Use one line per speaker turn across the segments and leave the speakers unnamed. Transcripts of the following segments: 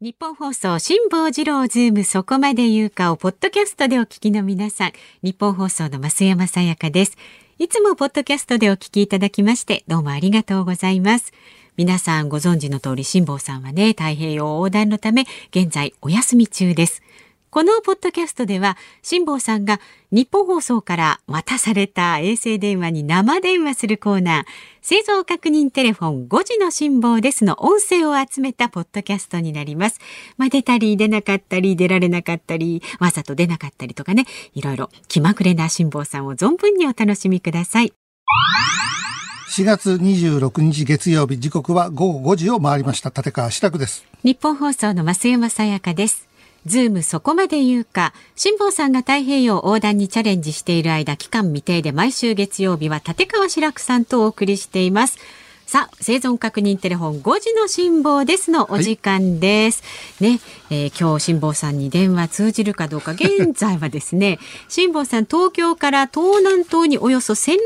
日本放送、辛坊治郎ズーム、そこまで言うかを、ポッドキャストでお聞きの皆さん、日本放送の増山さやかです。いつもポッドキャストでお聞きいただきまして、どうもありがとうございます。皆さんご存知の通り、辛坊さんはね、太平洋横断のため、現在お休み中です。このポッドキャストでは、辛坊さんが日本放送から渡された衛星電話に生電話するコーナー、製造確認テレフォン5時の辛坊ですの音声を集めたポッドキャストになります。まあ、出たり出なかったり出られなかったり、わざと出なかったりとかね、いろいろ気まぐれな辛坊さんを存分にお楽しみください。
4月26日月曜日時刻は午後5時を回りました立川志らくです
日本放送の増山さやかですズームそこまで言うか、辛坊さんが太平洋横断にチャレンジしている間、期間未定で毎週月曜日は立川志らくさんとお送りしています。さあ、生存確認テレフォン5時の辛抱ですのお時間です。はい、ね、えー、今日辛抱さんに電話通じるかどうか、現在はですね、辛抱さん東京から東南東におよそ1600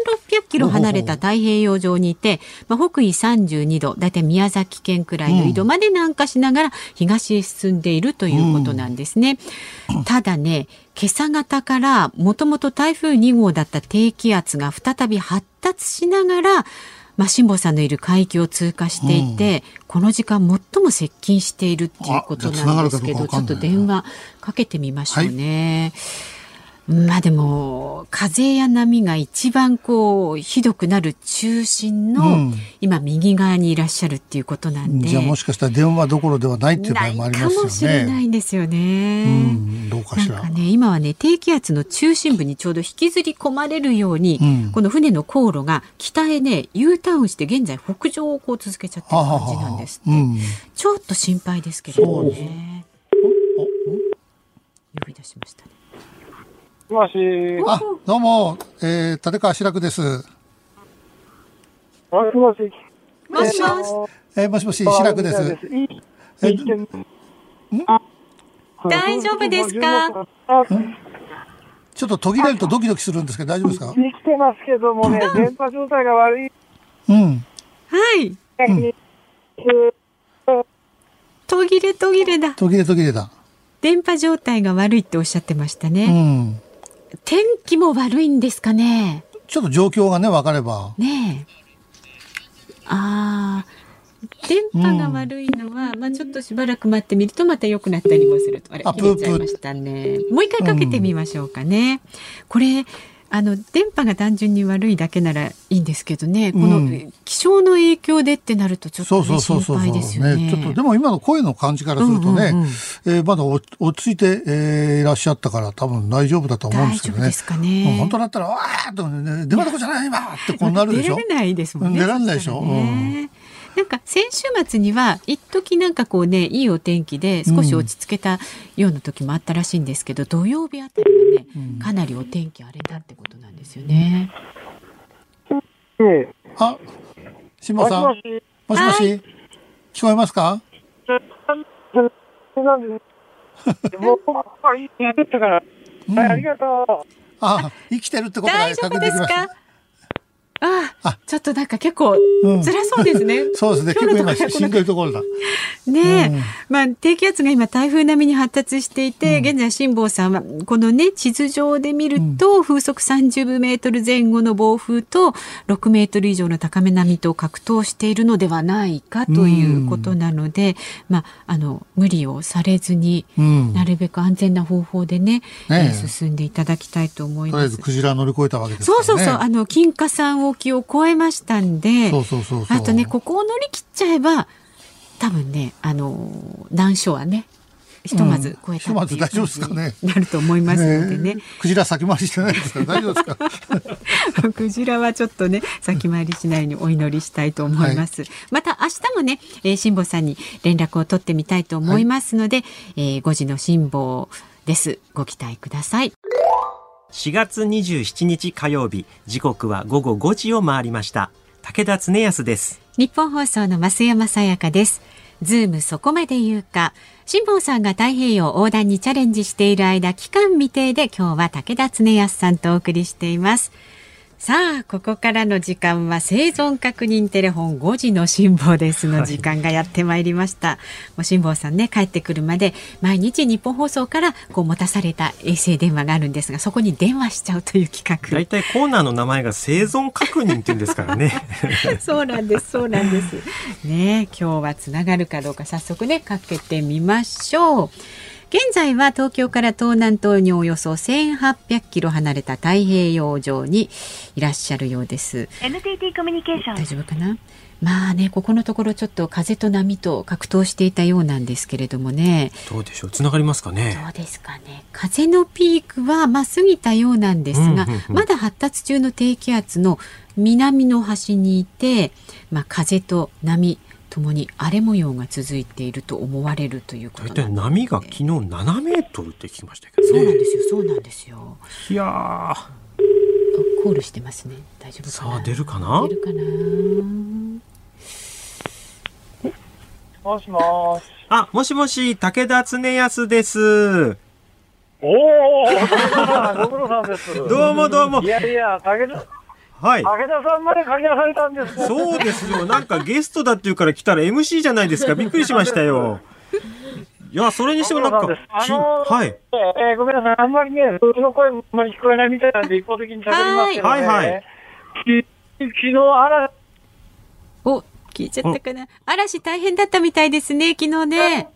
キロ離れた太平洋上にいて、まあ、北緯32度、だいたい宮崎県くらいの緯度まで南下しながら東へ進んでいるということなんですね。うんうん、ただね、今朝方からもともと台風2号だった低気圧が再び発達しながら、まあ、辛坊さんのいる海域を通過していて、うん、この時間最も接近しているっていうことなんですけど、どちょっと電話かけてみましょうね。はい、まあでも、風や波が一番こう、ひどくなる中心の、うん、今右側にいらっしゃるっていうことなんで。
じゃあもしかしたら電話どころではないっていう場合もありますよね。、
かもしれないんですよね。うん
どうかしら。
なんかね、今はね、低気圧の中心部にちょうど引きずり込まれるように、うん、この船の航路が北へね、U ターンして現在北上をこう続けちゃってる感じなんですって。はははうん、ちょっと心配ですけどもね。呼び出しましたね。
もし。
あ、どうも、えー、立川志らくです。
もしもし。
もしも
し。えー、もしもし、志らくです。です
えー、
大丈夫ですか
ちょっと途切れるとドキドキするんですけど、大丈夫ですか
生きてますけどもね、電波状態が悪い。
うん。
はい。
うん、
途切れ途切れだ。
途切れ途切れだ。
電波状態が悪いっておっしゃってましたね。うん、天気も悪いんですかね。
ちょっと状況がね、分かれば。
ねああ。電波が悪いのは、うん、まあちょっとしばらく待ってみるとまた良くなったりもするとあれ切れちゃいましたねもう一回かけてみましょうかね、うん、これあの電波が単純に悪いだけならいいんですけどねこの、うん、気象の影響でってなるとちょっと、ね、心配ですよね
ちょっとでも今の声の感じからするとね、う、うん、えー、まだ落ち着いて、えー、いらっしゃったから多分大丈夫だと思うんですけど
大
ね
丈夫ですかね
本当だったらわーっと、ね、電話どこじゃない今ってこうなるでしょ
出られないですもんね
出られないでしょ、ね、
うんなんか先週末には一時なんかこうねいいお天気で少し落ち着けたような時もあったらしいんですけど、うん、土曜日あたりはね、うん、かなりお天気荒れたってことなんですよね。
うん、
あ、辛坊さん、もしもし、もしもし聞こえますか？
ありがとう。
あ、生きてるってことが
確認できました。ああちょっとなんか結構辛そうですね。
うん、そうですね。結構今しんどいところだ。
ねえ、うん、まあ低気圧が今台風並みに発達していて、うん、現在辛坊さんはこのね地図上で見ると風速30メートル前後の暴風と6メートル以上の高め波と格闘しているのではないかということなので、まああの無理をされずに、なるべく安全な方法でね、ね進んでいただきたいと思います。とりあえず
クジラ乗り越えたわけです、ね、
そうそうそうあの金華山沖を越えましたんであとねここを乗り切っちゃえば多分ねあの難所はねひとまず超えた
って大丈夫ですかね。
なると思いますので ね。ね
クジラ先回りしてないですか大丈夫です
かクジラはちょっとね、先回りしないようにお祈りしたいと思います。はい、また明日もね、えー、辛坊さんに連絡を取ってみたいと思いますので、はい、えー、5時の辛坊です。ご期待ください。
4月27日火曜日時刻は午後5時を回りました武田恒康です
日本放送の増山さやかですズームそこまで言うか辛坊さんが太平洋横断にチャレンジしている間期間未定で今日は武田恒康さんとお送りしていますさあここからの時間は生存確認テレフォン5時の辛抱ですの時間がやってまいりました、もう辛抱さんね帰ってくるまで毎日日本放送からこう持たされた衛星電話があるんですがそこに電話しちゃうという企画
大体コーナーの名前が生存確認っていうんですからね。
そうなんです、そうなんです。ねえ、今日はつながるかどうか早速ねかけてみましょう。現在は東京から東南東におよそ1800キロ離れた太平洋上にいらっしゃるようです。
NTT コミュニケーション
大丈夫かな。まあね、ここのところちょっと風と波と格闘していたようなんですけれどもね。
どうでしょう。繋がりますか
ど
ね。
うですかね。風のピークはまあ過ぎたようなんですが、
うんうんうん
まだ発達中の低気圧の南の端にいて、まあ風と波ともに荒れ模様が続いていると思われるということな
大
んです
体
ね
波が昨日7メートルって聞きましたけど
そうなん
ね。
ですよ、そうなんですよ。
いやー、
あコールしてますね。大丈夫かな。
さあ出るかな
出るかな。
もしもーし。
あ、もしもし、武田恒康です。
おー、ご苦労さんです。
どうもどうも
い。やいや、武田、
はい。
武田さんまで駆け出されたんですね。
そうですよ。なんかゲストだっていうから来たら MC じゃないですか。びっくりしましたよ。いや、それにしてもなんか
そうなんです、あ
き
のー
はい。
えーごめんなさい、あんまりね、僕の声もあんまり聞こえないみたいなんで、一方的に喋りますけどね。
はいはいはい
き昨日、嵐、
お、聞いちゃったかな。嵐大変だったみたいですね、昨日ね。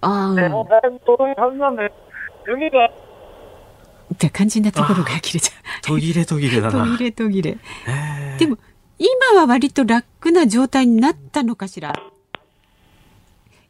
あ
ね、
あ
もう、だいぶ遠いはずなんで、次が、
って肝心なところが切れちゃう。
途切れ途切れだ
途
な
切。れ途切れ。
えー
でも今は割と楽な状態になったのかしら。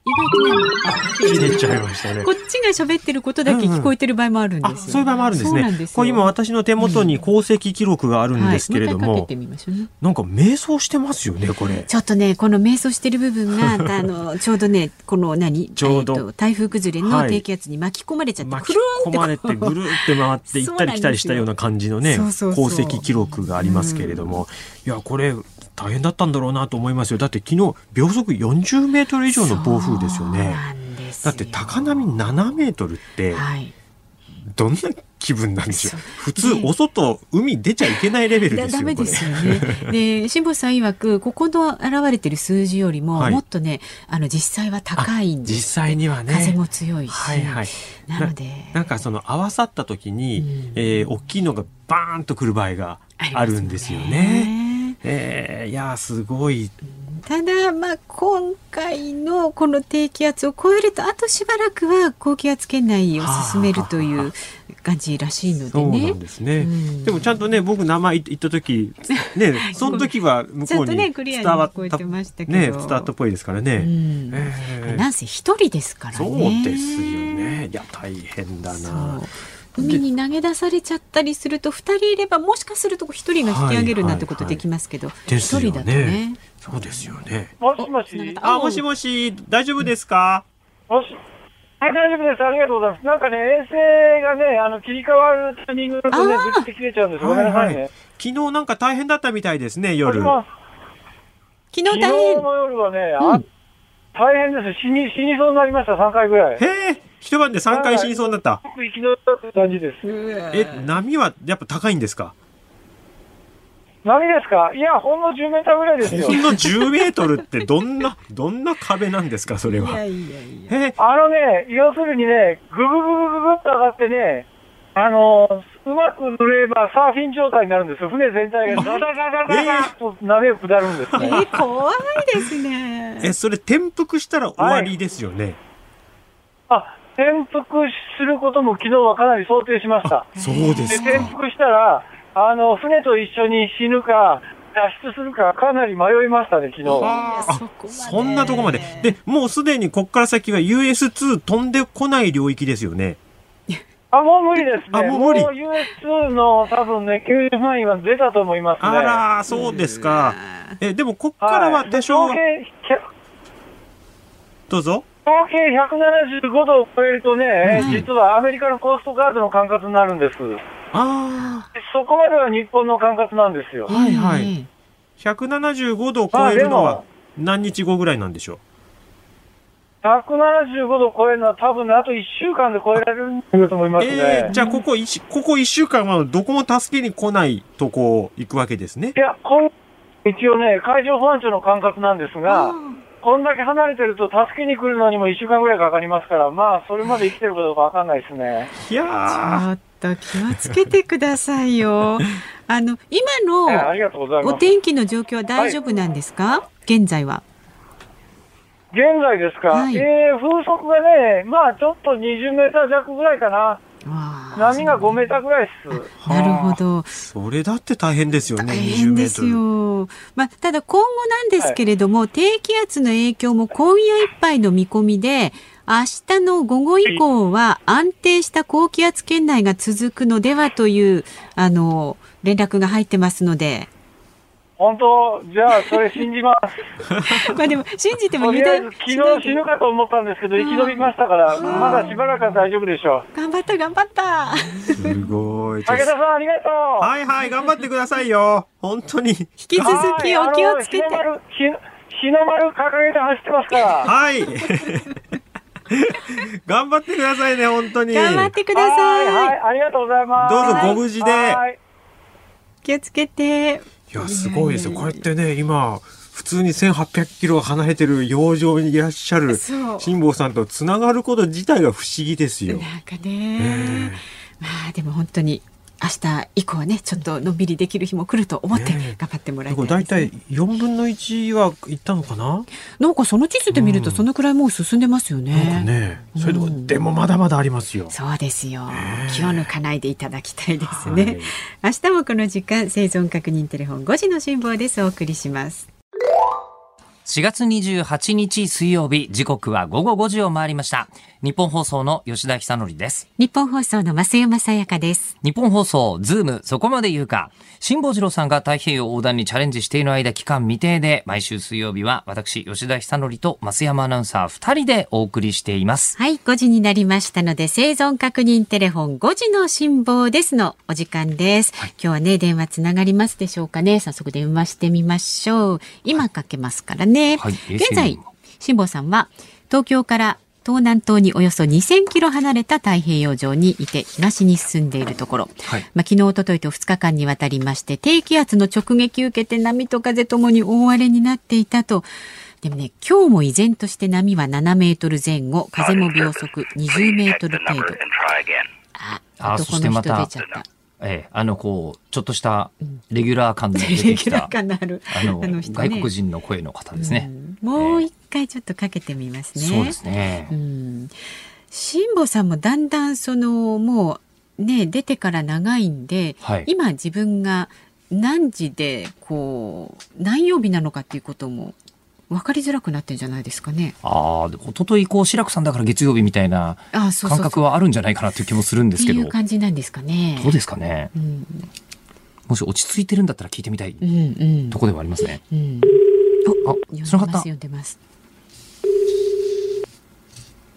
意外とね、
切れちゃいましたね
こ。っちが喋ってることだけ聞こえてる場合もあるんですよ、
あ、そういう場合もあるんで
そ
す
うなん
ね。
ですよ
これ今私の手元に功績記録があるんですけれど
はい、もう一回かけ
も
て、みましょうね。
なんか迷走してますよね、これ。
ちょっとね、この迷走してる部分が、あの、ちょうどね、この何、
ちょうど
えーと台風崩れの
はい
低気圧に巻き込まれちゃって、
巻
く
き
るーんっ
込まれてぐるって回って行ったり来たりしたような感じのね、
そうなんですよ
功績記録がありますけれども、いや、これ大変だったんだろうなと思いますよ。だって昨日秒速40メートル以上の暴風です
そ
よ
う
ね。
なんです
だ
よ
って高波7メートルって
はい。
どんな気分なんでしょ
そう
う。普通お外海出ちゃいけないレベルです
だ
よ。
め
こ
で
れ
すよね。で、辛坊さん曰く、ここの現れてる数字よりも、
はい
もっとね、あの、実際は高いんです。
実際にはね。
風も強いし。
はいはい。
なので
な、なんかその合わさった時に、
うん
えー大きいのがバーンとくる場合があるんですよ
あります
ね。えーいやーすごい
ただ、まあ、今回のこの低気圧を超えると、あとしばらくは高気圧圏内を進めるという感じらしいので
そうな
ね
ん。ですね。
うん
でもちゃんとね僕名前言った時 ねその時は向
ちゃ
こうん
と
に
ね、クリア
伝
に
わ
聞
っ
こえ
た
てましたけど。
ね伝わったっぽいですから
う
ね。
ん
えー
なんせ一人ですからね。
そうですよね。いや大変だな。
そう海に投げ出されちゃったりすると二人いればもしかすると一人が引き上げるなんてことできますけど一、
ですよ
人だとね
ね。そうですよね。
もしも
おつながっ
し、
た
あもしもし大丈夫ですか。
もし、はい、大丈夫です。ありがとうございます。なんかね、衛星がね、あの、切り替わるタイミングでね、
あー
ぶって切れちゃうんです。ごめんなさいね。
昨日なんか大変だったみたいですね
もし
夜。
も
昨日
昨日
大変。
の夜はね、
う
あ
ん
大変です。死に、死にそうになりました、3回ぐらい。
へえ一晩で3回死にそうになった。
僕、生き残ったって感じです。
え波はやっぱ高いんですか。
何ですかいや、ほんの10メーターぐらいですよ
ほ。んの10メートルってどんな どんな壁なんですかそれ
いや
は。
いやいや。
へえ
あのね、要するにね、ぐぐぐぐぐぐっと上がってね、あのうまく乗ればサーフィン状態になるんですよ。船全体 がダダダダダダッと波を下るんです
え
ね。
ー怖いですね。
え、それ転覆したら終わりですよね。
あ、転覆することも昨日はかなり想定しました。
そうで
で、転。覆したら、あの、船と一緒に死ぬか、脱出するか、かなり迷いましたね、昨日。
あ
あそんなとこまで。で、もうすでにこっから先は US2 飛んでこない領域ですよね。
あ、もう無理ですね。
あもう無理
US2 の多分ね、90万円は出たと思いますね。
あら、そうですか。え、でもこっからは多少
合
は、
計
どうぞ。
合計175度を超えるとね、
うん
実はアメリカのコーストガードの管轄になるんです。
あ
そこまでは日本の管轄なんですよ
あ、。はいはい。175度を超えるのは何日後ぐらいなんでしょう。
175 175度超えるのは多分ねあと1週間で超えられると思いますね。
えー、じゃあここ一、ここ一週間はどこも助けに来ないとこ行くわけですね
い。や、こん一応ね、海上保安庁の管轄なんですが、こんだけ離れてると助けに来るのにも1週間ぐらいかかりますから、まあ、それまで生きてるかどうかわかんないですね。
いや
あっと気をつけてください よ。あの今
えあ
の
りがとうござい
お
ます。
天気の状況は大丈夫なんですか、現在は。
現在ですか、
はい
えー風速がね、まあ、ちょっと20メーター弱ぐらいかな。
わあ
波が5メーターぐらいです。
なるほど。
ー、それだって大変ですよね、
大
20
変
メ
で
ート
す
ル。
よ。まあ、ただ今後なんですけれども、低気圧の影響も今夜いっぱいの見込みで、明日の午後以降は安定した高気圧圏内が続くのではという、あの、連絡が入ってますので。
本当じゃあ、それ信じます。
まあでも、信じても
とり
油
あえ
断
ず、
しない
昨
で
日死ぬかと思ったんですけど、生き延びましたから、まだしばらくは大丈夫でしょう。
頑張った、頑張った。
すごい。
武田さん、ありがとう。
はいはい、頑張ってくださいよ。本当に。引
き続
はい
きお気をつけて
あの日の丸日日の丸掲げて走ってますから。
はい。 頑張ってくださいね、本当に。
頑張ってくだ
はい、は
さ
い
い。、
ありがとうございます。
どうぞご無事で
はい
気をつけて。
いや、すごいですよ。こうやってね、今、普通に1800キロ離れてる洋上にいらっしゃる
そう
辛坊さんとつながること自体が不思議ですよ。
なんかね、まあでも本当に明日以降はね、ちょっとのんびりできる日も来ると思って
ねえ
頑張ってもらい
これ
たいで
大
すね
体4分の1はいったのかな、
なんかその地図で見るとそのくらいもう進んでますよね。
なんかね、それでも、でもまだまだありますよ。
そうですよ
ね。え
気を抜かないでいただきたいですね。明日もこの時間生存確認テレフォン5時の辛抱ですお送りします。
4月28日水曜日、時刻は午後5時を回りました。日本放送の吉田久典です。
日本放送の増山さやかです。
日本放送、ズーム、そこまで言うか。辛坊治郎さんが太平洋横断にチャレンジしている間、期間未定で、毎週水曜日は私、吉田久典と増山アナウンサー2人でお送りしています。
はい、5時になりましたので、生存確認テレフォン5時の辛抱ですのお時間です。今日はね、電話つながりますでしょうかね。早速電話してみましょう。今かけますからね。
はい
現
衛星電
在
話、
辛坊さんは東京から東南東におよそ2000キロ離れた太平洋上にいて東に進んでいるところ。
はい
まあ、昨日、おとといと2日間にわたりまして、低気圧の直撃を受けて波と風ともに大荒れになっていたと。でもね、今日も依然として波は7メートル前後、風も秒速20メートル程度。あ、
あそ
男
して
の
ま
人
た
出ちゃった。
ええ、あの、こう、ちょっとしたレギュラー感で出
レ
て
ギ
き
ュラ
た
ー、感のある
あの、
人
外国人の声の方ですね。
うんもう一回ちょっとかけてみますね。
そうですね
う。ん辛坊さんもだんだんそのもうね出てから長いんで、
はい
今自分が何時でこう何曜日なのかっていうことも分かりづらくなってんじゃないですかね。
ああ、で一昨日こう、志らくさんだから月曜日みたいな
あそうそう
感
そう
覚はあるんじゃないかなという気もするんですけ
っ
ど、
ていう感じなんですかね。
どうですかね。
うん
もし落ち着いてるんだったら聞いてみたい
うんうん
とこではありますね。
うん。
あ、
読ん
そ
で
の
ます
方、
読んでます。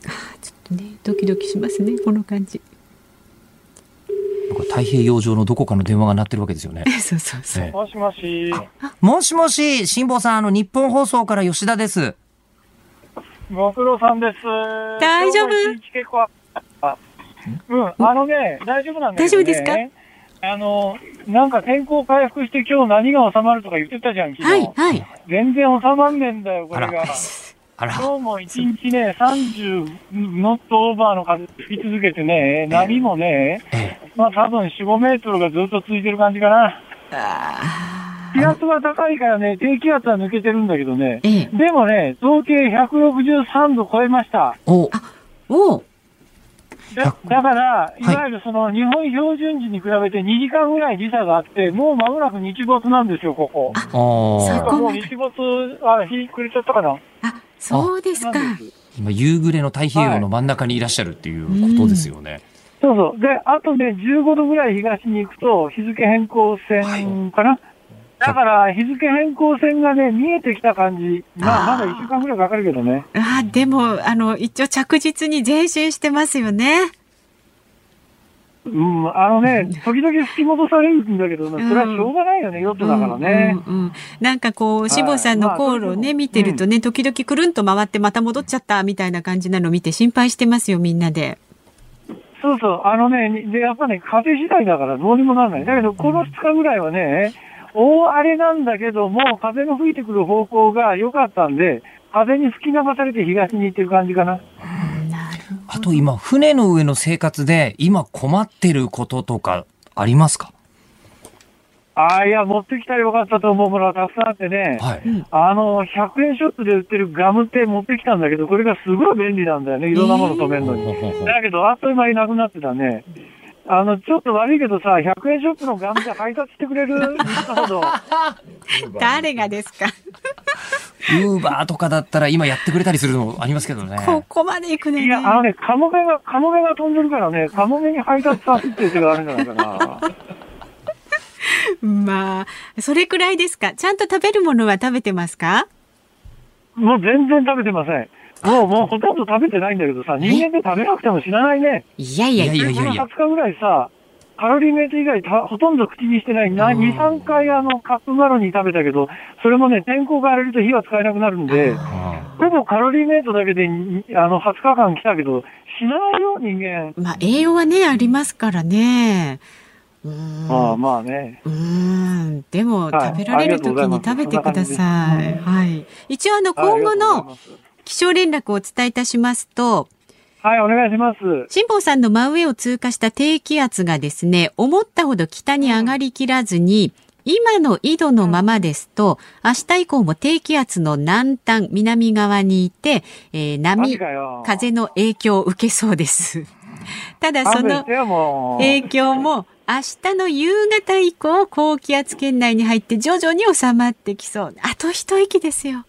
あーちょっとねドキドキしますねこの感じ。
なんか太平洋上のどこかの電話が鳴ってるわけですよね。
そうそうそう。
ええ
もしもし、
もしもし、辛坊さん、あの、日本放送から吉田です。
ご苦労さんです。
大丈夫
今日も一日結構あうん、あのね、大丈夫なんだけどね
大丈夫ですか
あの、なんか天候回復して今日何が収まるとか言ってたじゃん、昨日。
はいはい。
全然収まんねえんだよ、これが
あら。あら、
今日も一日ね、30ノットオーバーの風吹き続けてね、波もね、
え
まあ多分4、5メートルがずっと続いてる感じかな。気圧は高いからね、低気圧は抜けてるんだけどね、
ええ
でもね、東経163度超えました。
お、
おう
だだから、いわゆるその日本標準時に比べて2時間ぐらい時差があって、もう間もなく日没なんですよ、ここ。
あー
そこ
もう日没、あ、日暮れちゃったかな。
あそうですか。
なんです
今、夕暮れの太平洋の真ん中にいらっしゃるっていうことですよね。
そうそう。で、あとね、15度ぐらい東に行くと、日付変更線かな、だから、日付変更線がね、見えてきた感じ。まあ、
あ
ま
ー
だ1週間ぐらいかかるけどね。
あでもあの一応着実に前進してますよね。
うん、あのね、時々吹き戻されるんだけど、それはしょうがないよね、ヨットだからね。
うんうんうんなんかこう、志望さんの航路を
まあそういうの
ね、
も
見てるとね、時々くるんと回ってまた戻っちゃったみたいな感じなの見て心配してますよ、みんなで。
そうそう、あのね、で、やっぱね、風次第だからどうにもならない。だけど、この2日ぐらいはね、大荒れなんだけども、風の吹いてくる方向が良かったんで、風に吹き流されて東に行ってる感じかな。
あと今、船の上の生活で今困ってることとかありますか
ああ、いや、持ってきたらよかったと思うものはたくさんあってね、
はい。
あの、100円ショップで売ってるガムテ持ってきたんだけど、これがすごい便利なんだよね、いろんなもの止めるのに。
ほうほうほう
だけど、あっという間になくなってたね。あの、ちょっと悪いけどさ、100円ショップのガムで配達してく れるなるほど。
誰がですか
ウーバーとかだったら今やってくれたりするのありますけどね。
ここまで行くね。
いや、あのね、カモメが、カモメが飛んでるからね、カモメに配達させるっていう手があるんじゃないか な。
まあ、それくらいですか。ちゃんと食べるものは食べてますか
もう全然食べてません。もう、もうほとんど食べてないんだけどさ、人間で食べなくても知らないね。
いやい
い
や
やいやい
こ
や
の
いや
20。日ぐらいさ、カロリーメイト以外たほとんど口にしてない、な
うん
2、3回あの、カップマロニー食べたけど、それもね、天候が荒れると火は使えなくなるんで、ほぼカロリーメイトだけでに、あの、20日間来たけど、死なないよ、人間。
まあ、栄養はね、ありますからね。うーん。
まあまあね。
うーん。でも、
はい
食べられる時に食べてください。はい。一応、あの、今後
はいありがとうございま
の
す
気象連絡をお伝えいたしますと、
はい、お願いします。
辛坊さんの真上を通過した低気圧がですね、思ったほど北に上がりきらずに、今の緯度のままですと、明日以降も低気圧の南端、南側にいて、えー
マジ
波
か、よ。
風の影響を受けそうです。 ただそ
勘弁
の
してよ、もう。
影響も、明日の夕方以降、高気圧圏内に入って徐々に収まってきそう。あと一息ですよ。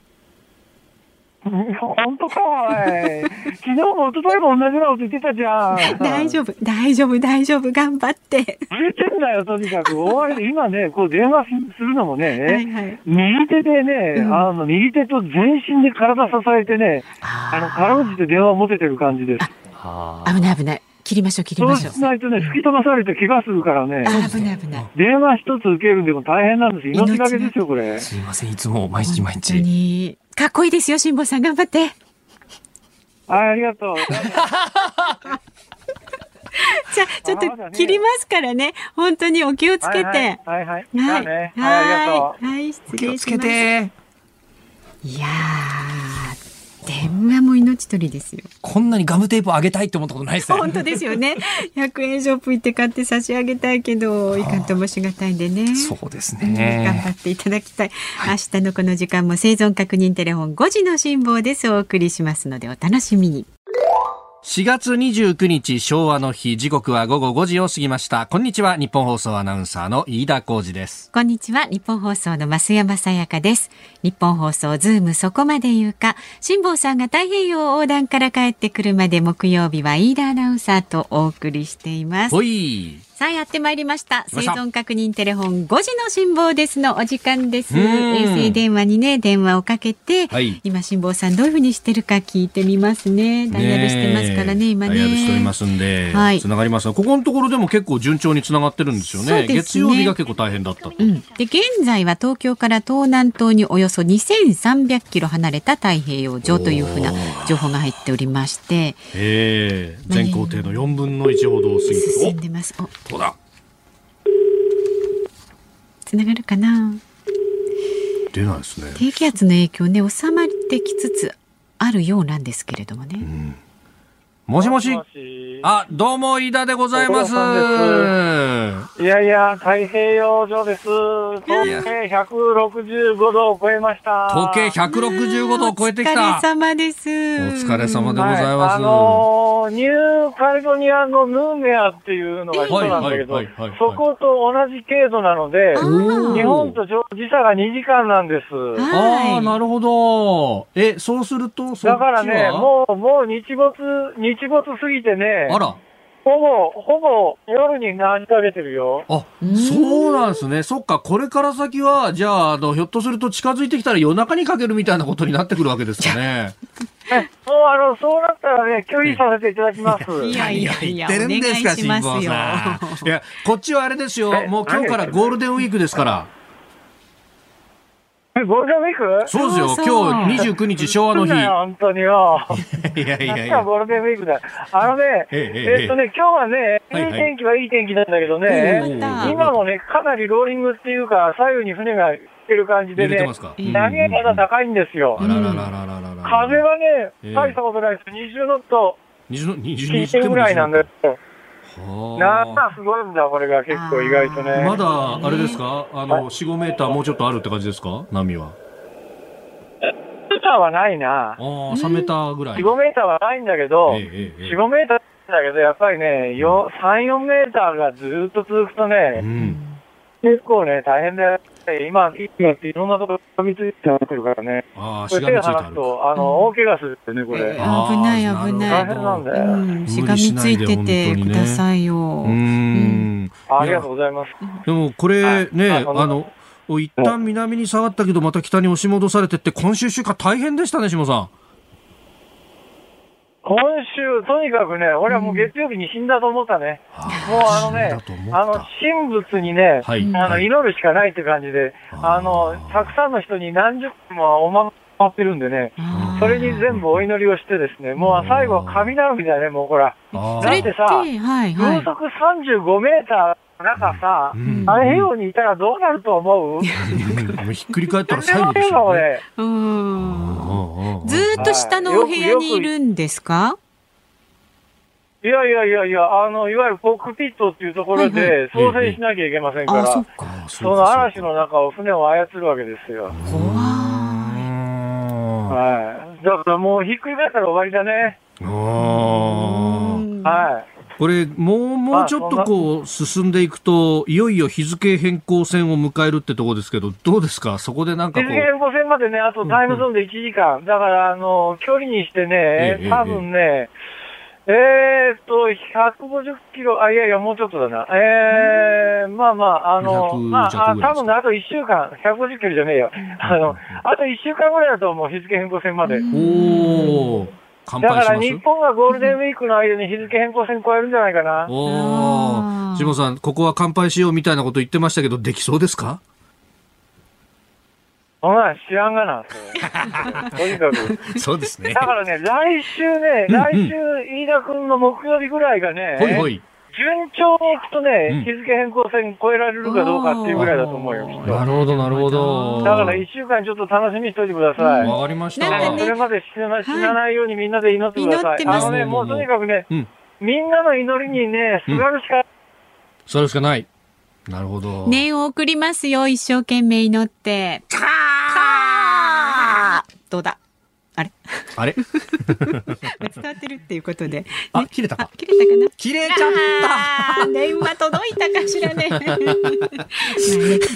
本当か、おい。昨日も一昨日も同じようなこと言ってたじゃん。
大丈夫、大丈夫、大丈夫、頑張って。
売れてんだよ、とに かく。大荒れで、今ね、こう電話するのもね、
はいはい。
右手でね、
うん
あの、右手と全身で体支えてね、あの、かろうじて電話を持ててる感じです。
はあ
危ない危ない。切りましょう、切り
そ
ま
う
しょう
し。ないとね、吹き飛ばされて怪我するからね、
あ危ない危ない。
電話一つ受けるんでも大変なんです。命がけですよ、これ。
すいません、いつも毎日毎
本当
日。
に。かっこいいですよ、辛坊さん、頑張 って。
はい、ありがとう。
じゃあ、ちょっと切りますからね。本当にお気をつけて。はい。
はいはい。じゃあ
はい。
ね。はい、ありがとう。
はい失
気を
礼
つ
し
け
ます。
て。
いやー、電話も命取りですよ。
こんなにガムテープあげたいって思ったことないですね。
本当ですよ ね。100円ショップ行って買って差し上げたいけど、いかんともしがたいんでね。
そうです
うん頑張
ね。
っていただきたい。明日のこの時間も生存確認テレフォン5時の辛抱です。お送りしますのでお楽しみに。
4月29日昭和の日時刻は午後5時を過ぎましたこんにちは日本放送アナウンサーの飯田浩二です
こんにちは。日本放送の増山さやかです。日本放送ズームそこまで言うか。辛坊さんが太平洋横断から帰ってくるまで木曜日は飯田アナウンサーとお送りしています。
ほい
さあやってまいりました。生
ました
存確認テレフォン5時の辛坊ですのお時間です。
うん
衛星電話にね、電話をかけて、
はい
今辛坊さんどういうふうにしてるか聞いてみますね。ダイヤルしてますからね、
え
今ね。
ダイヤルしておりますんで、
はい
つながりますがここのところでも結構順調につながってるんですよ
そう
ね
ですね
月曜日が結構大変だったと、
うん、で現在は東京から東南東におよそ2300キロ離れた太平洋上というふうな情報が入っておりまして
ええ全行程の4分の1ほどを過ぎて
進ん
お
でます。お
どうだ
つながるかな
出ないですね
低気圧の影響ね収まってきつつあるようなんですけれどもね。
もしもし
もし
あどうも飯田でございます
ご苦労いやいや、太平洋上です。時計165度を超えました。
時計165度を超えてきた
お疲れ様です。お
お疲れ様でご
は
ざい
い、
ます、
あのーニューカリフォニアのヌーメアっていうのがそうなんだけど
はいはいはいはいはい、
そこと同じ経度なので、
おー
日本と時差が2時間なんです。
はい
ああ、なるほど。え、そうすると、そっちは
だからね、もう、もう日没、日没過ぎてね、
あら、
ほぼ、ほぼ夜になりかけてるよ。
あ
うん、
そうなんですね。そっか、これから先は、じゃあ、あの、ひょっとすると近づいてきたら夜中にかけるみたいなことになってくるわけですかね。
もうあの、そうなったらね、拒否させていただきます。
いやいやいや、
何を言ってるんですか、
お願
辛
いしま
坊
すよ。
さん。いや、こっちはあれですよ。
え
もう今日からゴールデンウィークですから。
えゴールデンウィーク
そうですよ。
そうそう
今日29日昭和の
そう
日。
だよ、本当によ。
いやいやい
夏は
や。
ゴールデンウィークだ。あのね、
ええええ
えっとね、今日はね、
はいはい
いい天気はいい天気なんだけど
おう
ね、
また
今もね、かなりローリングっていうか、左右に船が来てる感じで
揺れて
ね
ます、か。
うん
波がまだ高いんですよ
あ。ららららららら。
風は
え
ね
え、
大したことないです。20ノット、
20の
金
22
点ぐらいなん
で
ですすよ。
よ。
な
は
あ、すごいんだ、これが結構意外と
あ
ね。
まだあれですか。あの4、5メーターもうちょっとあるって感じですか。波は。
メーターはないな。
ああ、3メーターぐら
4、
い。
5メーターはないんだけど、
ええええええ
4、5メーターだけど、やっぱりね、よ3、4メーターがずーっと続くと
う
ね、
ん。
結構ね、大変だよ。今、今っていろんなところについてなってるからね。
あ
こ
あ、
れ
しがみ
手
ついて
離
あ
す
る。
と、あの、大怪我するってね、これ。
あー
危ない危ない
大変なんだよ。
うん、しがみついててくださいよ。
うーん。
ありがとうございます。
でもこれね、
あ
あ
あそんな
の、一旦南に下がったけど、また北に押し戻されてって、今週週間大変でしたね、下さ
今週、とにかくね、俺はもう月曜日に死んだと思ったね。もうあのね
死んだと思っ、た
あの、神仏にね
ん。、はい。
あの、
はい
祈るしかないって感じで、
あー
あの、たくさんの人に何十分もおままってるんでね、
あー
それに全部お祈りをしてですね、もう最後は神頼みだね、もうほら。
あー
それっ
だ
て、
ってさ
はいは
風
い。
速35メーターの中さ
う、ん
太平洋にいたらどうなると思う
もうひっくり返ったら
それ
最後
は
で
ね
したよね。
う
俺、
ん。
ああ
ずーっと下のお部屋にいるんですか
いやいやいやいや、あの、いわゆるコックピットっていうところ
は
で、操船しなきゃいけませんか
あ、そ
ら
っ、か。
ああ
その嵐の中を船を操るわけですよ。
怖い。
あ
はい。だからもうひっくり返ったら終わりだね。
あああ
うん
はい。
これもうもうちょっとこう進んでいくといよいよ日付変更線を迎えるってとこですけどどうですかそこでなんか
実
こ
現5000までね、あとタイムゾーンで1時間。だから、あの、距離にして
ええ
ね、多分ね、えーっと、150キロ、あ、いやいや、もうちょっとだな。えー、まあまあ、あの、
200
まあ、あ
弱ぐらい
多
ですか
分ねあと1週間、150キロじゃねえよ。あの、あと1週間ぐらいだともう日付変更線まで。
うおお乾
だか
杯し
ら
ます
日本はゴールデンウィークの間に日付変更線超えるんじゃないかな。
お
あ
お、
ー
下さん、ここは乾杯しようみたいなこと言ってましたけど、できそうですか
ほら、知らんが な、それとにかく。
そうですね
だからね、来週ね、来週、飯田君の木曜日ぐらいがね、
ほいほい。
順調にいくと
うん
ね、日付変更線超えられるかどうかっていうぐらいだと思うよ、きっと。
なるほど、なるほど。
だから一週間ちょっと楽しみにしておいてください。
わかりました。
なんか
そ
ね
れまで死な死なないようにみんなで祈ってくださ
祈っ
い。
てま
あ
す
のね、もうとにかくね
うん、
みんなの祈りにね、すがるしか
それしかない。なるほど。
念を送りますよ、一生懸命祈って。かーどうだあれ
あれ
伝わってるっていうことで。
あ、切れた
あ
か。、
切れたかな
切れちゃ
あー電話届いたかしらね。まあね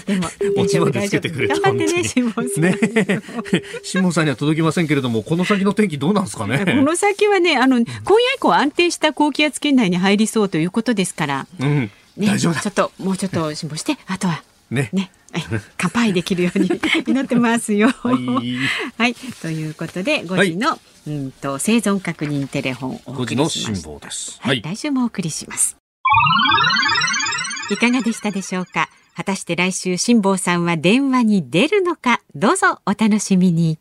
でも、
お
大
ち
丈
ま
夫、
で
大
つ
丈
けて
夫。
くれて
頑張ってね、辛
本当
坊
に
さん。
ねえ。辛坊さんには届きませんけれども、この先の天気どうなんですかね。
この先はね、あの、今夜以降安定した高気圧圏内に入りそうということですから、
うん。
ね、
大丈夫だ
ちょ。っと、もうちょっと辛抱して、あとは、
ね。
ね、え乾杯できるよ うに祈ってますよ。は
はい。
はい、ということで5時の、うんと生存確認テレフォンをお
5
送
時
り
の
しま
辛
した。
抱です。
はい、。来週もお送りします。いかがでしたでしょうか。果たして来週辛坊さんは電話に出るのか、どうぞお楽しみに。